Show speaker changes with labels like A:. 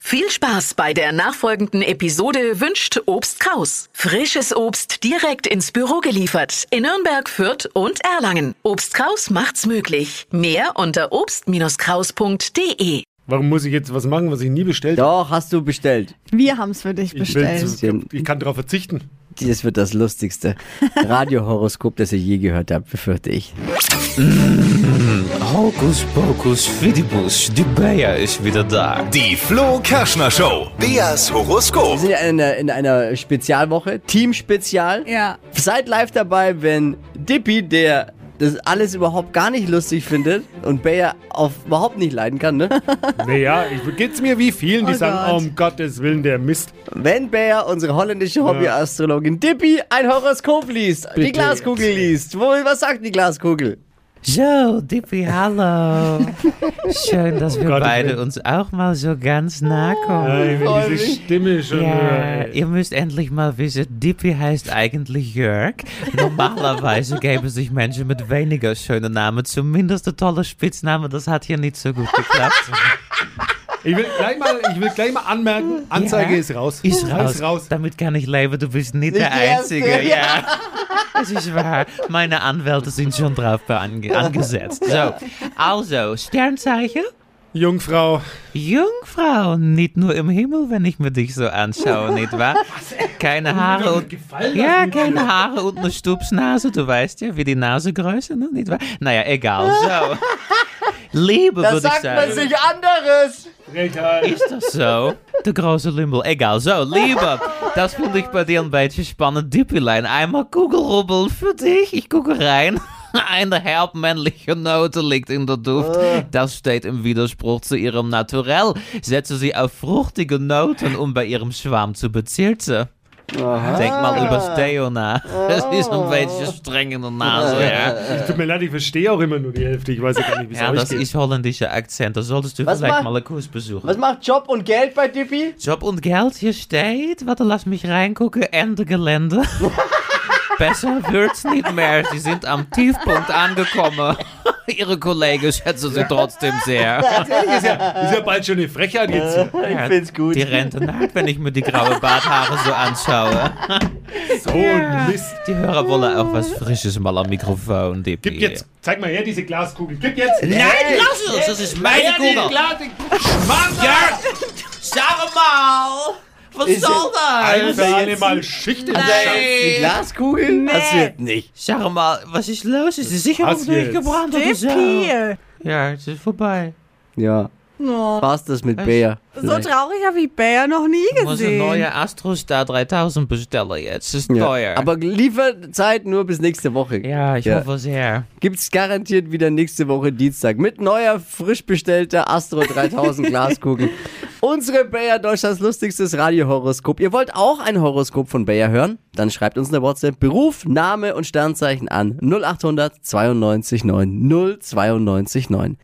A: Viel Spaß bei der nachfolgenden Episode wünscht Obst Kraus. Frisches Obst direkt ins Büro geliefert in Nürnberg, Fürth und Erlangen. Obst Kraus macht's möglich. Mehr unter obst-kraus.de.
B: Warum muss ich jetzt was machen, was ich nie bestellt habe?
C: Doch, hast du bestellt.
D: Wir haben es für dich
B: Ich, will
D: bestellt.
B: zu- ich kann darauf verzichten.
C: Das wird das lustigste Radiohoroskop, das ihr je gehört habt, befürchte ich.
E: Hokus Pokus Fidibus, die Bayer ist wieder da.
F: Die Flo Kerschner Show. Beas
C: Wir
F: Horoskop.
C: sind ja in einer, in einer Spezialwoche, Team-Spezial.
D: Ja.
C: Seid live dabei, wenn Dippy, der das alles überhaupt gar nicht lustig findet und Bayer auf überhaupt nicht leiden kann, ne?
B: Naja, ich, geht's mir wie vielen, die
D: Oh
B: sagen,
D: Gott.
B: oh, um Gottes Willen, der Mist.
C: Wenn Bayer, unsere holländische Hobby-Astrologin Dippy, ein Horoskop liest, die
B: Bitte.
C: Glaskugel liest. Wo, was sagt die Glaskugel?
E: So, Dippi, hallo. Schön, dass wir
B: Gott, ich
E: beide
B: will-
E: uns auch mal so ganz nah kommen.
B: Ey, wenn diese Stimme schon.
E: Ja,
B: äh,
E: ihr müsst endlich mal wissen, Dippi heißt eigentlich Jörg. Normalerweise geben sich Menschen mit weniger schönen Namen zumindest eine tolle Spitzname. Das hat hier nicht so gut geklappt.
B: Ich will gleich mal, ich will gleich mal anmerken, Anzeige
E: Ja.
B: ist raus.
E: Ist raus.
B: Ist raus.
E: Damit kann ich leben, du bist nicht, der
C: die Erste,
E: Einzige. Ja. Das ist wahr. Meine Anwälte sind schon drauf ange angesetzt. So, also, Sternzeichen,
B: Jungfrau.
E: Jungfrau, nicht nur im Himmel, wenn ich mir dich so anschaue, nicht wahr? Keine Haare und...
B: Gefallen
E: Ja, genau. keine Haare und eine Stupsnase, du weißt ja, wie die Nasegröße, ne? nicht wahr? Naja, Nou egal, so. Liebe,
C: Da
E: würde ich
C: sagt man
E: sagen.
C: sich anderes.
E: Is dat zo? De grote Limbel. Egal, zo, lieber. Das finde ich bei dir ein bisschen spannend. Dippelein, einmal Kugelrubbel für dich. Ich gucke rein. Eine herbmännliche Note liegt in der Duft. Das steht im Widerspruch zu ihrem Naturell. Setze sie auf fruchtige Noten, um bei ihrem Schwarm zu bezirzen. Denk mal über Theo nach. Es ist ein bisschen streng in der Nase, ja.
B: Tut mir leid, ich verstehe auch immer nur die Hälfte. Ich weiß ja gar nicht, wie es
E: Ja,
B: euch
E: das
B: geht.
E: ist holländischer Akzent. Da solltest du
C: Was
E: vielleicht
C: macht-
E: mal einen Kurs besuchen.
C: Was macht Job und Geld bei Dippy?
E: Job und Geld hier steht. Warte, lass mich reingucken. Ende Gelände. Besser wird's nicht mehr. Sie sind am Tiefpunkt angekommen. Ihre Kollegen schätzen sie trotzdem sehr.
B: ist, ja, ist ja bald schon eine Frechheit jetzt. hier.
C: Ich find's gut.
E: Die Rente naht, wenn ich mir die graue Barthaare so anschaue.
B: So ein Mist.
E: Die Hörer wollen auch was Frisches mal am Mikrofon, Dippi.
B: Gib jetzt, zeig mal her diese Glaskugel. Gib jetzt.
E: Nein, lass uns! Das ist meine Kugel! Ja! Sag mal! Was
C: Ist
E: soll das?
B: Einfach alle mal Schicht im Schacht.
C: Die
E: Nein!
C: Glaskugel? Das wird nicht.
E: Sag mal, was ist los? Ist die Sicherung
B: Was jetzt?
E: durchgebrannt oder so?
D: Dippy.
E: Ja, es ist vorbei.
C: Ja,
D: Oh,
C: war's das mit Bayer.
D: so traurig habe ich Bär noch nie
E: Ich muss eine
D: gesehen.
E: neue Astrostar 3000 bestellen jetzt. Es ist
C: Ja.
E: dus teuer.
C: Aber Lieferzeit nur bis nächste Woche.
E: ja, ich
C: Ja.
E: hoffe sehr.
C: Gibt's garantiert wieder nächste Woche Dienstag mit neuer, frisch bestellter Astro 3000 Glaskugel. Unsere Bayer Deutschlands lustigstes Radiohoroskop. Ihr wollt auch ein Horoskop von Bayer hören? Dann schreibt uns eine WhatsApp Beruf, Name und Sternzeichen an 0800 92 9 092 9.